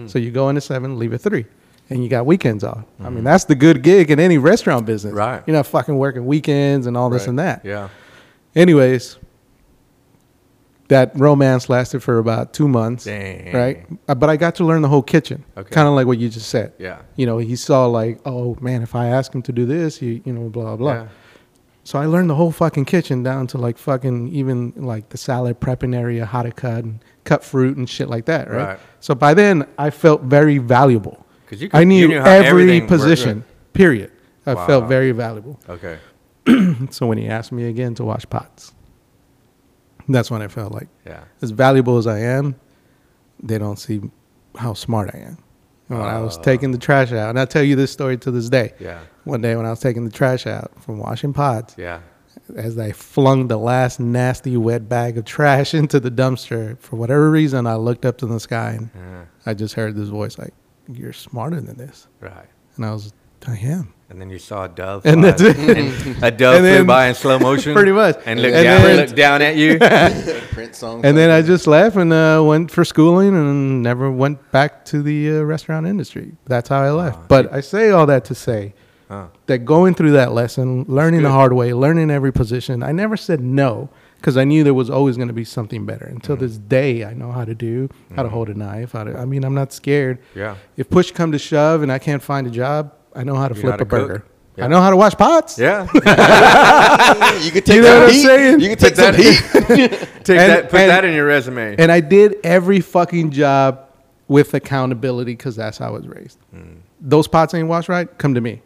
B: So you go in at seven, leave at three, and you got weekends off. I mean, that's the good gig in any restaurant business.
A: Mm-hmm. Right.
B: You're not fucking working weekends and all this and that.
A: Yeah.
B: Anyways, that romance lasted for about two months.
A: Dang.
B: Right. Uh, But I got to learn the whole kitchen.
A: Okay.
B: Kind of like what you just said.
A: Yeah.
B: You know, he saw like, oh man, if I ask him to do this, he, you know, blah, blah.
A: Yeah.
B: So I learned the whole fucking kitchen down to like fucking even like the salad prepping area, how to cut and cut fruit and shit like that. Right.
A: Right.
B: So by then I felt very valuable.
A: 'Cause you
B: I
A: could-
B: knew,
A: you knew how
B: every
A: everything worked, right?
B: position, period. I felt
A: Wow.
B: very valuable.
A: Okay.
B: So when he asked me again to wash pots, that's when I felt like,
A: Yeah.
B: as valuable as I am, they don't see how smart I am. And when I was taking the trash out, and I tell you this story to this day.
A: Uh. Yeah.
B: One day when I was taking the trash out from washing pots,
A: Yeah.
B: as I flung the last nasty wet bag of trash into the dumpster, for whatever reason, I looked up to the sky and
A: Uh,
B: I just heard this voice like, "You're smarter than this,"
A: right.
B: and I was, "I am."
A: And then you saw a dove.
B: And
A: fly-
B: that's it.
A: and a dove
B: And
A: flew
B: then-
A: by in slow motion.
B: pretty much.
A: And looked
B: And
A: down.
B: then-
A: looked down at you.
C: Print songs.
B: And then I just left and uh, went for schooling and never went back to the uh, restaurant industry. That's how I left. But I say all that to say
A: Ah, Huh.
B: that going through that lesson, learning the hard way, learning every position, I never said no because I knew there was always going to be something better. Until
A: Mm.
B: this day, I know how to do, how to hold a knife. How to, I mean, I'm not scared.
A: Yeah.
B: If push come to shove and I can't find a job, I know how to
A: You know
B: flip
A: how to
B: a burger.
A: cook?
B: I know how to wash pots.
A: Yeah.
C: you could take
B: know
C: some
B: what I'm
C: heat.
B: saying?
C: You could take some
A: But
C: heat.
A: Take
B: And-
A: that. Put
B: and-
A: that in your resume.
B: And I did every fucking job with accountability because that's how I was raised.
A: Mm.
B: Those pots ain't washed right, come to me.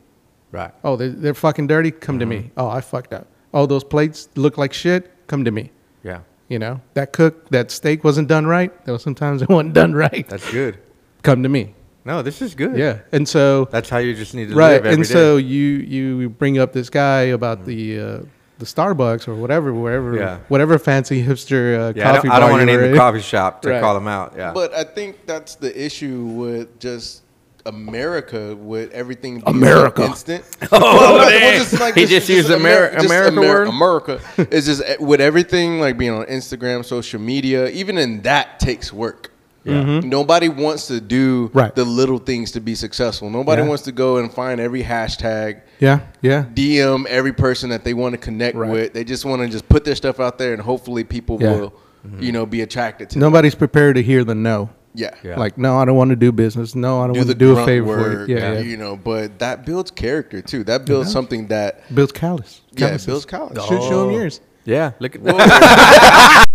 A: right.
B: Oh, they're, they're fucking dirty, come to
A: Mm-hmm.
B: me. Oh, I fucked up. Oh, those plates look like shit, come to me.
A: Yeah.
B: You know, that cook, that steak wasn't done right. Though sometimes it wasn't done right.
A: That's good.
B: Come to me.
A: No, this is good.
B: Yeah. And so,
A: That's how you just need to
B: right.
A: live every
B: And
A: day.
B: so you you bring up this guy about the uh, the Starbucks or whatever, wherever,
A: Mm. Yeah.
B: whatever fancy hipster uh,
A: yeah, I
B: coffee
A: don't, I don't
B: bar
A: want to
B: you were
A: name
B: in.
A: the coffee shop to
B: Right.
A: call them out. Yeah.
C: But I think that's the issue with just America with everything being
B: America.
C: so instant.
A: Oh,
C: well,
A: man.
C: just like
A: He
C: this-
A: just used
C: Amer-
A: Ameri- America word?
C: America is just eh, with everything like being on Instagram, social media. Even in that takes work. Nobody wants to do
B: Right.
C: the little things to be successful. Nobody
B: Yeah.
C: wants to go and find every hashtag,
B: Yeah. Yeah.
C: DM every person that they want to connect
B: Right.
C: with. They just want to just put their stuff out there, and hopefully people
B: Yeah. Mm-hmm.
C: will, you know, be attracted to. it.
B: Nobody's prepared to hear the no.
C: Yeah.
A: Yeah.
B: Like, no, I don't want to do business. No, I don't
C: do
B: want
C: the
B: to do a
C: grunt
B: favor
C: work,
B: for you. Yeah, yeah.
C: you know. But that builds character too. That builds something that
B: Builds callous.
C: yeah, it
B: Calluses.
C: builds college.
B: Should show him yours.
A: yeah. Look at that.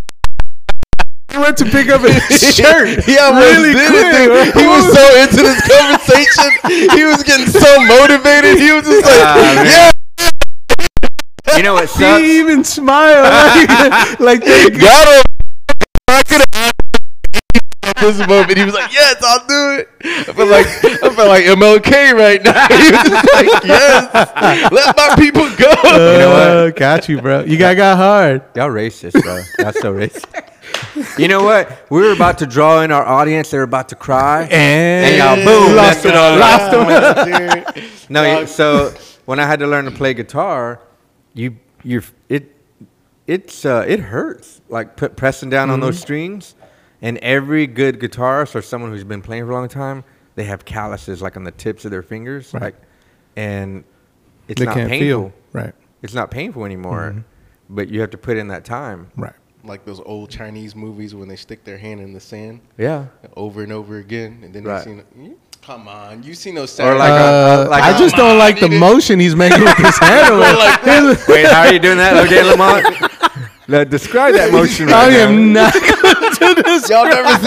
B: I went to pick up his shirt.
C: He almost
B: Really
C: did it,
B: quick,
C: dude. He was so into this conversation. he was getting so motivated. He was just like,
A: Ah,
C: "Yeah,
A: You know what sucks?
B: He even smiled. like, they
C: got him." I could have this moment. He was like, "Yes, I'll do it." I felt like I felt like MLK right now. He was just like, "Yes, let my people go."
B: know what? Uh, Got you, bro. You got got hard.
A: Y'all racist, bro. That's so racist. You know what? We were about to draw in our audience. They were about to cry.
B: And,
A: y'all boom,
B: lost
A: messed it all up.
B: Lost him.
C: Oh,
A: no, you- so when I had to learn to play guitar, you you it it's uh, it hurts like put, pressing down on
B: Mm-hmm.
A: those strings. And every good guitarist or someone who's been playing for a long time, they have calluses like on the tips of their fingers, like, and it's
B: They
A: not
B: can't
A: painful.
B: feel. Mm-hmm. Right.
A: It's not painful anymore, but you have to put in that time.
B: Right.
C: Like those old Chinese movies when they stick their hand in the sand.
A: Yeah.
C: over and over again, and then
A: Right.
C: you seen. hmm, Come on, you seen those
A: Or
C: Saturday
A: Like a-
B: Uh,
A: like
B: I
A: a-
B: just
C: Come
B: don't
C: on,
B: like the
C: dude.
B: motion he's making with his hand.
A: Wait, how are you doing that, Logan Lamont? Now, describe that motion right
B: I
A: now.
B: am not.
C: y'all never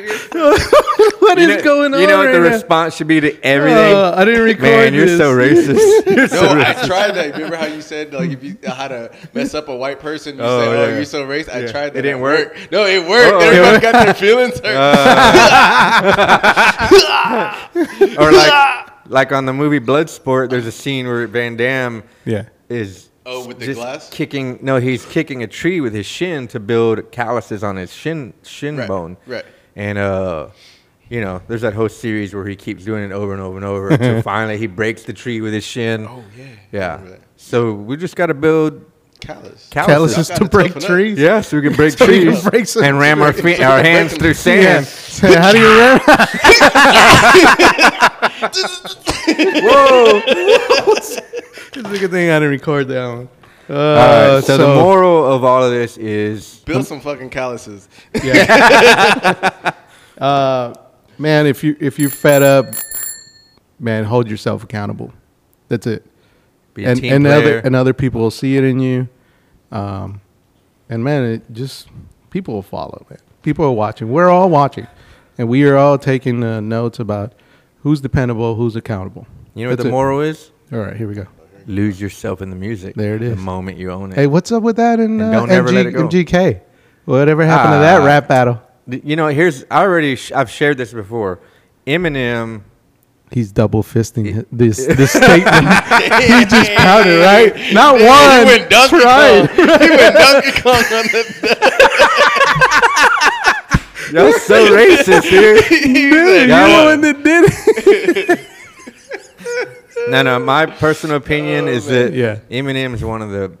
B: What is
A: you know,
B: going on?
A: You know what
B: right
A: the
B: now?
A: response should be to everything?
B: Uh, I didn't record
A: Man, you're so
B: this.
A: racist. You're so
C: No, I
A: racist.
C: tried that. Remember how you said like if you how to mess up a white person, you
A: Oh,
C: say, "Oh,
A: yeah.
C: you're so racist." I
A: Yeah.
C: tried that.
A: It didn't
C: It
A: work?
C: worked. No, it worked.
A: Oh, Uh, it
C: Everybody
A: worked.
C: got their feelings hurt.
A: Or like, like on the movie Bloodsport, there's a scene where Van Damme
B: Yeah.
A: is
C: Oh, with the
A: just
C: glass?
A: kicking. No, he's kicking a tree with his shin to build calluses on his shin shin
C: Right,
A: bone.
C: right.
A: And uh, you know, there's that whole series where he keeps doing it over and over and over until finally he breaks the tree with his shin.
C: oh yeah,
A: yeah.
C: Remember that.
A: So we just got to build calluses.
C: callous.
B: Calluses
C: Y'all
B: to
C: gotta
B: break
C: toughen up.
B: trees.
A: Yeah, so we can break
B: So we can
A: trees
B: break some-
A: and ram our feet,
C: so
A: our
C: we can
A: hands
C: break
A: through
B: Yeah.
A: sand.
B: So how do you rap?
A: Whoa!
B: It's a good thing I didn't record that one. Uh,
A: All right, so, the moral of all of this is
C: Build some fucking calluses.
B: uh, man, if you if you're fed up, man, hold yourself accountable. That's it.
A: be a
B: and
A: team
B: and other
A: player.
B: and other people will see it in you. Um, and man, it just people will follow it. People are watching. We're all watching, and we are all taking uh, notes about who's dependable, who's accountable.
A: you know what
B: That's
A: the
B: it.
A: moral is?
B: All right, here we go.
A: Lose yourself in the music.
B: There it
A: The
B: is.
A: moment you own it.
B: Hey, what's up with that
A: And
B: in uh,
A: don't ever let it go.
B: MG, MGK? Whatever happened to
A: Ah.
B: that rap battle?
A: Th- You know, here's I already sh- I've shared this before. Eminem.
B: He's double fisting hi- this this statement. he just pouted, right? Not one.
C: he went Donkey
B: tried.
C: Kong. He went Donkey Kong on the.
A: Y'all so racist, dude.
C: He said,
A: Yeah.
B: You're the
A: one.
B: one that did it.
A: No, no. My personal opinion is that
B: Oh, Yeah.
A: Eminem is one of the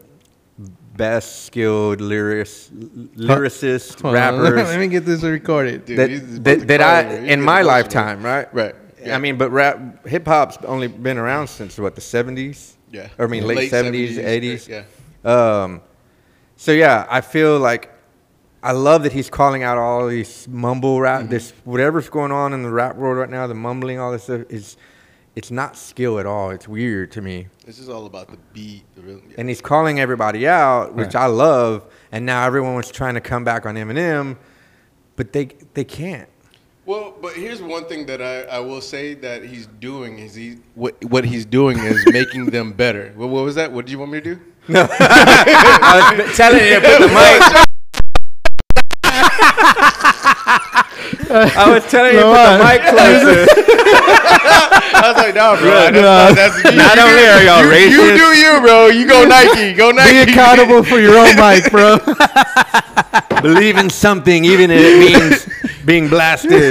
A: best skilled lyrics, lyricist rappers
B: Let me get this recorded.
C: Dude, he's about
A: that,
C: to
A: that, that
C: cry
A: I
C: over here. He's
A: in my
C: emotional.
A: lifetime, right?
C: Right. Yeah.
A: I mean, but rap hip hop's only been around since what the seventies.
C: Yeah.
A: I mean, late seventies, eighties.
C: Yeah.
A: Um, so yeah, I feel like I love that he's calling out all
C: Mm-hmm.
A: these mumble rap, this whatever's going on in the rap world right now, the mumbling, all this stuff is it's not skill at all. It's weird to me.
C: This is all about the beat. The rhythm. Yeah.
A: And he's calling everybody out, which
B: Right.
A: I love. And now everyone was trying to come back on Eminem, but they they can't.
C: Well, but here's one thing that I, I will say that he's doing is he what what he's doing is making them better. What, what was that? What do you want me to do?
A: I was telling you to put the mic. I was telling you to put the mic closer.
C: I was like, nah, bro. I
B: No.
C: just thought that's you,
A: Not
C: you
A: only
C: do-
A: are y'all
C: you, you
A: racist.
C: do you, bro. You go Nike. Go Nike.
B: Be accountable for your own mic, bro.
A: Believe in something, even if it means being blasted.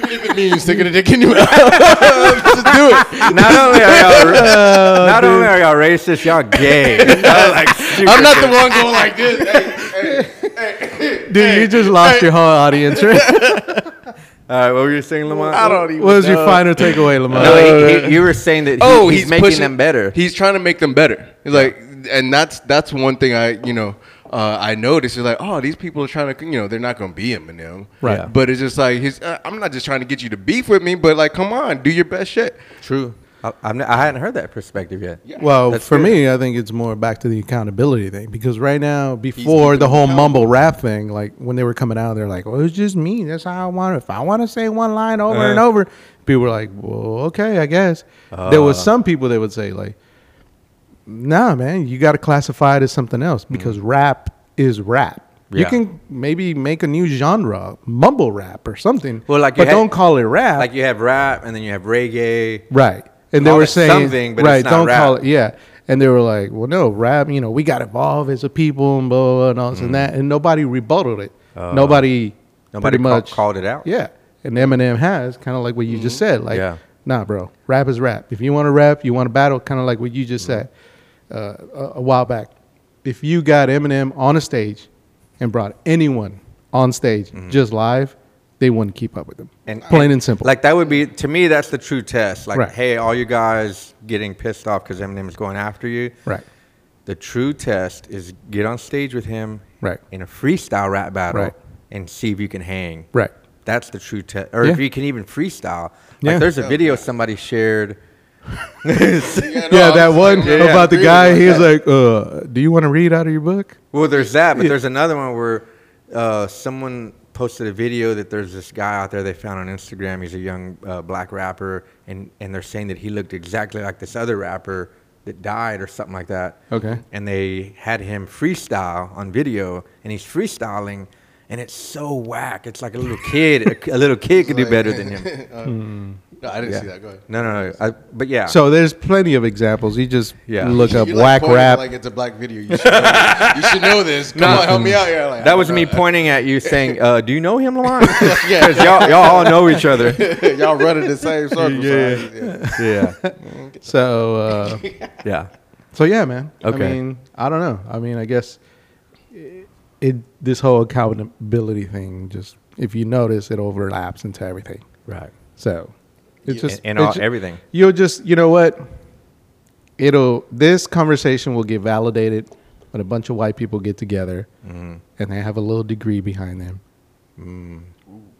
C: Even if it means sticking a dick in your mouth. Just do it.
A: Not only are y'all,
C: Oh,
A: not only are y'all racist, y'all gay. I was like,
C: I'm not the one going like this. Hey, hey, hey,
B: Dude, you just lost your whole audience, right?
A: All right, what were you saying, Lamont?
C: I don't even.
B: What was your
C: know.
B: final takeaway, Lamar?
A: No, he, he, you were saying that. He,
C: Oh,
A: he's,
C: he's,
A: making
C: pushing-
A: them better.
C: He's trying to make them better. He's like, and that's that's one thing I you know uh, I noticed. Is like, oh, these people are trying to you know they're not going to be Eminem,
B: Right. Yeah.
C: But it's just like his. Uh, I'm not just trying to get you to beef with me, but like, come on, do your best shit.
A: True. I, I'm not, I hadn't heard that perspective yet.
B: Well,
A: That's
B: for
A: good.
B: me, I think it's more back to the accountability thing because right now, before the
C: keeping them
B: whole
C: accountable.
B: mumble rap thing, like when they were coming out, they're like, "Well, it's just me. That's how I want. it. If I want to say one line over and
A: Uh-huh.
B: over, people were like, well, okay, I guess." there
A: Ah.
B: was some people that would say like, "Nah, man, you got to classify it as something else because rap is rap."
A: Mm.
B: You
A: Yeah.
B: can maybe make a new genre, mumble rap or something.
A: Well, like you
B: but
A: had-
B: don't call it rap.
A: Like you have rap, and then you have reggae.
B: Right. And they
A: Call
B: were
A: it
B: saying
A: something, but it's
B: right,
A: not
B: don't
A: rap.
B: call it yeah. And they were like, Well no, rap, you know, we got involved as a people and blah blah, blah and all
A: Mm.
B: this and that. And nobody rebutted it. nobody
A: Uh. Nobody
B: pretty
A: ca-
B: much
A: called it out. Mm-hmm.
B: Yeah. And Eminem has, kinda like what you just said. Like
A: Yeah.
B: nah bro, rap is rap. If you want to rap, you want to battle, kinda like what you just
A: Mm-hmm.
B: said uh, a, a while back. If you got Eminem on a stage and brought anyone on stage just live, they wouldn't keep up with them.
A: Mm-hmm. And-
B: plain and simple.
A: Like that would be to me. That's the true test. Like,
B: Right.
A: hey, all you guys getting pissed off because Eminem is going after you.
B: right.
A: The true test is get on stage with him.
B: Right.
A: In a freestyle rap battle,
B: Right.
A: and see if you can hang.
B: Right.
A: That's the true test, or if
B: Yeah.
A: you can even freestyle.
B: Yeah.
A: Like there's a video somebody shared. well,
C: no,
B: yeah,
C: I'm
B: that
C: just-
B: one
C: yeah,
A: yeah,
B: about the
C: agree
B: guy.
C: with
B: He was like, uh, "Do you want to read out of your book?"
A: there's that, but there's another one where uh, someone posted a video that there's this guy out there they found on Instagram. He's a young uh, black rapper, and and they're saying that he looked exactly like this other rapper that died or something like that.
B: Okay.
A: And they had him freestyle on video, and he's freestyling. And it's so whack. It's like a little kid. A, a little kid could do better than him.
C: Uh, No, I didn't see that. Go ahead.
A: No, no, no. I, but yeah.
B: So there's plenty of examples. You just
A: Yeah.
B: look up
C: You're,
B: whack
C: pointing
B: rap.
C: Like it's a black video. You should know this. You should know this. Come on, help me out here. Like, I
A: That was
C: don't
A: me
C: know.
A: pointing at you saying, uh, "Do you know him, Lamont?"
C: Yeah.
A: Because y'all, y'all all know each other.
C: Y'all running the same circles. Yeah. yeah.
A: Yeah,
B: so, uh,
A: yeah.
B: so yeah, man. I
A: Okay.
B: mean, I don't know. I mean, I guess it, it this whole accountability thing. Just if you notice, it overlaps into everything.
A: Right.
B: So it's
A: Yeah.
B: just
A: And- and
B: it's
A: all-
B: ju-
A: everything.
B: You'll just you know what? It'll this conversation will get validated when a bunch of white people get together
A: Mm-hmm.
B: and they have a little degree behind them.
A: And,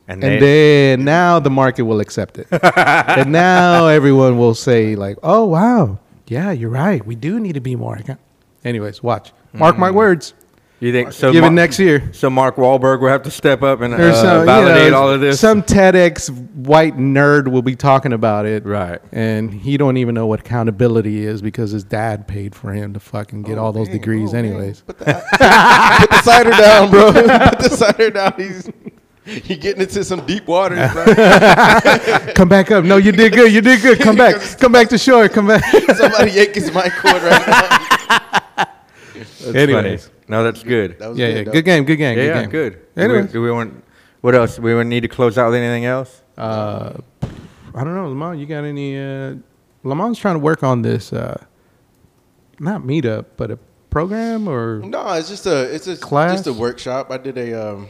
B: And
A: they,
B: then now the market will accept it. and now everyone will say, like, oh, wow. Yeah, you're right. We do need to be more. account-" Anyways, watch. Mark
A: Mm-hmm.
B: my words.
A: you think so?
B: Give it
A: Mar-
B: next year.
A: So Mark Wahlberg will have to step up and
B: Or
A: uh,
B: some, you
A: validate
B: know,
A: all of this.
B: Some TEDx white nerd will be talking about it.
A: Right.
B: And he don't even know what accountability is because his dad paid for him to fucking get all those
C: dang.
B: degrees
C: Oh, man.
B: anyways.
C: Put the, put the cider down, bro. Put the cider down. He's he getting into some deep waters, bro.
B: Come back up. No, you did good. You did good. Come back. Come back to shore. Come back.
C: Somebody yank his mic cord right now.
A: That's
B: Anyways.
A: funny. no, that's good.
C: That was
B: Yeah,
C: good,
B: yeah.
C: though.
B: Good game. Good game.
A: yeah,
B: good
A: yeah,
B: game.
A: good. Do we,
B: Anyways.
A: do we want? What else? We would need to close out with anything else?
B: uh, I don't know, Lamont. You got any? Uh, Lamont's trying to work on this, uh, not meetup, but a program or
C: No, it's just a it's a
B: Class?
C: just a workshop. I did a um,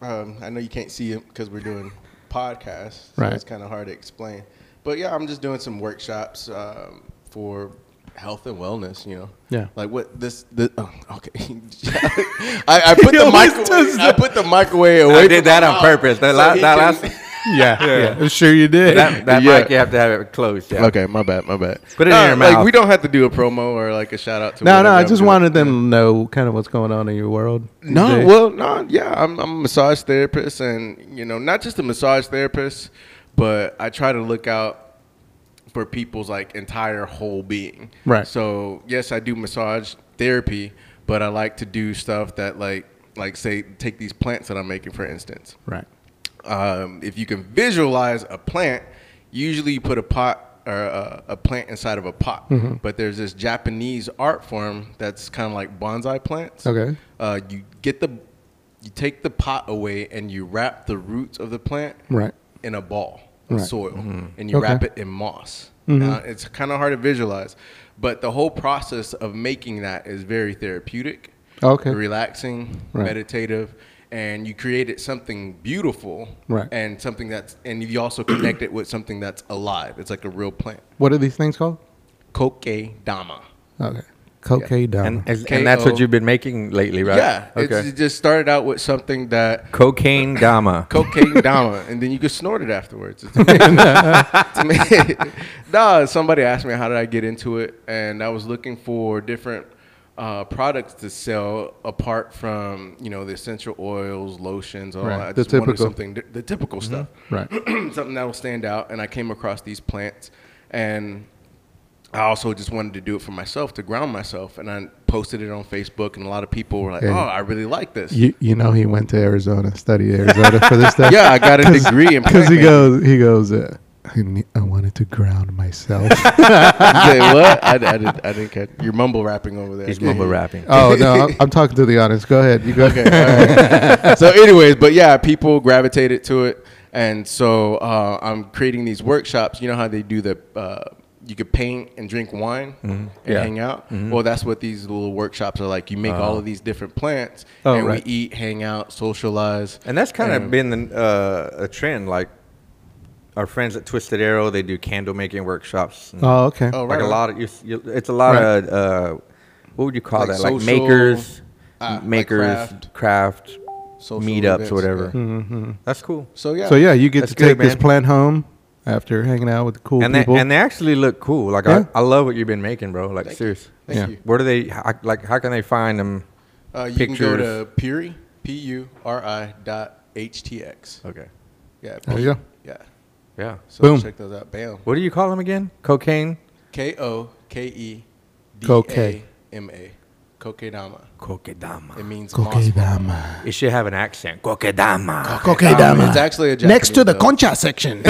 C: um I know you can't see it because we're doing podcasts, so
B: Right.
C: It's kind of hard to explain, but yeah, I'm just doing some workshops um, for health and wellness. You know,
B: Yeah.
C: like what this the oh, okay. I, I put
B: He
C: the
B: always
C: microwave.
B: does
C: I put the microwave away.
A: did
C: from my
A: that on
C: mouth
A: purpose. That
C: so
A: la-
C: he
A: that
C: can-
A: last-
B: yeah, yeah. I'm sure you did.
A: That, that
C: Yeah.
A: mic, you have to have it closed. Yeah.
C: Okay, my bad, my bad.
A: Put it in your
C: like,
A: mouth.
C: We don't have to do a promo or like a shout out to.
B: no, no.
C: whatever
B: I
C: I'm
B: just
C: doing.
B: wanted them to know kind of what's going on in your world. these
C: No,
B: days.
C: well, no, yeah, I'm, I'm a massage therapist, and you know, not just a massage therapist, but I try to look out for people's like entire whole being.
B: Right.
C: So yes, I do massage therapy, but I like to do stuff that like like say take these plants that I'm making for instance
B: right.
C: um, if you can visualize a plant, usually you put a pot or a, a plant inside of a pot.
B: Mm-hmm.
C: But there's this Japanese art form that's kind of like bonsai plants.
B: Okay.
C: Uh, you get the, you take the pot away and you wrap the roots of the plant
B: Right.
C: in a ball of
B: Right.
C: soil,
A: Mm-hmm.
C: and you
B: Okay. Mm-hmm.
C: wrap it in moss. Now, it's kind of hard to visualize, but the whole process of making that is very therapeutic
B: Okay.
C: relaxing,
B: Right.
C: meditative, and you created something beautiful,
B: Right.
C: And something that's and you also connect it with something that's alive. It's like a real plant,
B: What are these things called?
C: koke dama.
B: Okay. Cocaine yeah.
A: And, and, and that's what you've been making lately, right?
C: Yeah, it's,
A: Okay.
C: it just started out with something that
A: Cocaine Dama.
C: cocaine dama, and then you could snort it afterwards. It's amazing. It's amazing. nah, somebody asked me how did I get into it, and I was looking for different uh, products to sell apart from you know the essential oils, lotions, all
B: Right,
C: that. I
B: the
C: just wanted
B: typical. Mm-hmm.
C: something, di- the typical stuff,
B: Right.
C: something that will stand out. And I came across these plants, and I also just wanted to do it for myself to ground myself. And I posted it on Facebook, and a lot of people were like,
B: Yeah.
C: "Oh, I really like this."
B: You you know he went to Arizona, studied Arizona for this stuff.
C: Yeah, I got a degree in
B: Because
C: plant
B: he
C: man-
B: goes he goes. Uh, I, ne- I wanted to ground myself.
C: Say what? I, I, did, I didn't catch. You're mumble rapping over there.
A: He's
C: I can't
A: mumble
C: hear you.
A: rapping.
B: oh no, I'm, I'm talking to the audience. Go ahead. You go.
C: Okay. all right. so, anyways, but yeah, people gravitated to it, and so uh, I'm creating these workshops. You know how they do the. Uh, you could paint and drink wine and
A: Mm-hmm. Yeah. Mm-hmm. Uh-huh.
C: hang out. Well, that's what these little workshops are like. You make all of these different plants,
B: Oh,
C: and
B: right.
C: we eat, hang out, socialize.
A: And that's kind
C: Yeah.
A: of been uh, a trend. Like our friends at Twisted Arrow, they do candle making workshops. and-
B: Oh, okay.
C: Oh,
A: like
C: right
A: a
C: on.
A: lot of you, you, it's a lot of uh, what would you call
C: Like
A: that? like
C: social,
A: makers,
C: uh, like
A: makers,
C: craft,
A: craft,
C: social
A: meetups
C: events,
A: or whatever.
C: yeah.
B: Mm-hmm,
A: That's cool.
C: So yeah.
B: So yeah, you get
A: That's
B: to take
A: good,
B: this
A: man.
B: plant home after hanging out with the cool
A: and they
B: people.
A: and they actually look cool. Like
B: Yeah.
A: I, I love what you've been making, bro. Like
C: Thank you.
A: serious.
C: Thank
B: Yeah.
C: you.
A: Where do they? How, like how can they find them?
C: Uh, you can go
A: Pictures.
C: to Puri, P U R I dot H T X.
A: Okay.
C: Yeah.
B: there you go.
C: Yeah.
A: Yeah.
C: So
B: Boom.
C: check those out. Bam.
A: What do you call them again? Cocaine.
C: K O K E D
B: Koke.
C: A M A. Kokedama.
A: Kokedama.
C: It means moss ball.
B: Cocaidama.
A: It should have an accent. Kokedama.
B: Oh,
C: Kokedama. It's actually a Japanese though.
B: concha section.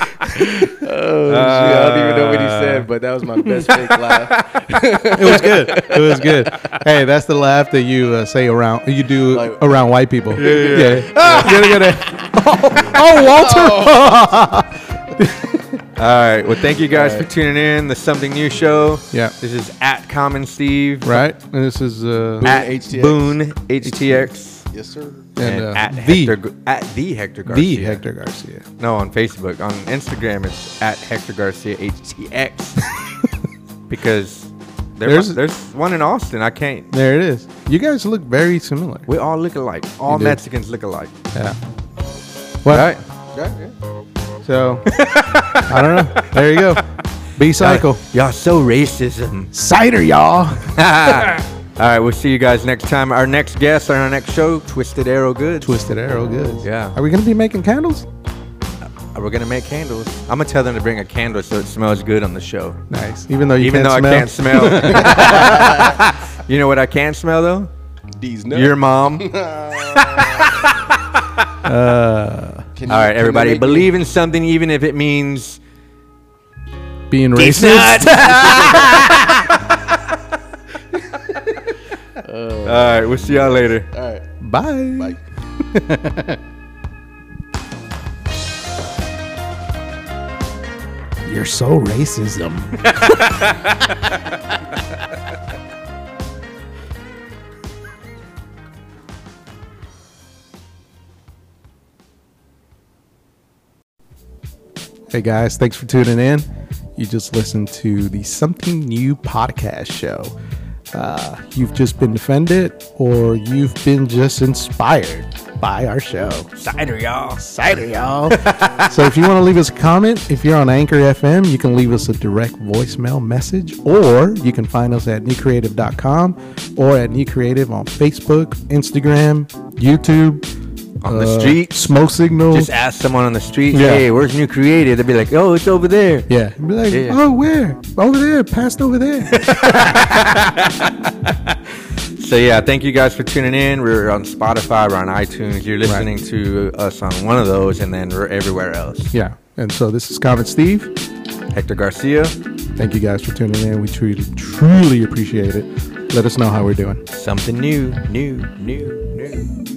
C: Oh, shit, I don't even know what he said, but that was my best fake laugh.
B: it was good. It was good. Hey, that's the laugh that you uh, say around you do
C: Like-
B: around white people. Yeah, yeah. You're gonna- oh, oh, Walter.
A: All right. Well, thank you guys for tuning in. The Something New Show.
B: Yeah.
A: This is at Common Steve.
B: Right, and this is uh,
A: At
C: HTX.
A: Boone HTX.
C: Yes, sir.
A: And,
B: and, uh,
A: at,
B: the
A: Hector, Gar- at the Hector Garcia.
B: the Hector Garcia.
A: No, on Facebook. On Instagram, it's at Hector Garcia HTX. because there-
B: There's-
A: there's, one in Austin. I can't.
B: There it is. You guys look very similar.
A: We all look alike. All
B: do.
A: Mexicans look alike.
B: Yeah. Well,
A: Right?
C: Yeah, yeah.
B: so I don't know. There you go. B cycle
A: Y'all so racism.
B: cider, y'all.
A: all right. We'll see you guys next time. Our next guest on our next show, Twisted Arrow Goods.
B: Twisted Arrow goods.
A: Yeah.
B: Are we gonna be making candles?
A: We're gonna make candles. I'm gonna tell them to bring a candle so it smells good on the show.
B: Nice. Even though you
A: Even
B: can't
A: though
B: smell.
A: I can't smell. you know what I can smell though?
C: These nuts.
A: Your mom.
C: Can
A: All
C: you-
A: right,
C: can you
A: everybody,
C: make me-
A: believe in something, even if it means
B: being racist.
A: All right, we'll see y'all later.
C: All right.
B: Bye.
C: Bye.
B: You're so racism. hey guys, thanks for tuning in. You just listened to the Something New podcast show. Uh, you've just been offended, or you've been just inspired. Buy our show.
A: Cider, y'all.
B: Cider,
A: Oh.
B: y'all. so if you want to leave us a comment, if you're on Anchor FM, you can leave us a direct voicemail message, or you can find us at newcreative.com or at New Creative on Facebook, Instagram, YouTube, uh,
A: On the street.
B: Smoke Signal.
A: Just ask someone on the street,
B: Yeah.
A: hey, where's New Creative? They'd be like, oh, it's over there.
B: yeah. Be like,
A: Yeah.
B: oh, where? Over there. Passed over there.
A: So yeah, thank you guys for tuning in. We're on Spotify, we're on iTunes. You're listening to us on one of those, and then we're everywhere else.
B: yeah. And so this is Comet Steve.
A: Hector Garcia,
B: Thank you guys for tuning in. We truly, truly appreciate it. Let us know how we're doing.
A: something new, new, new, new.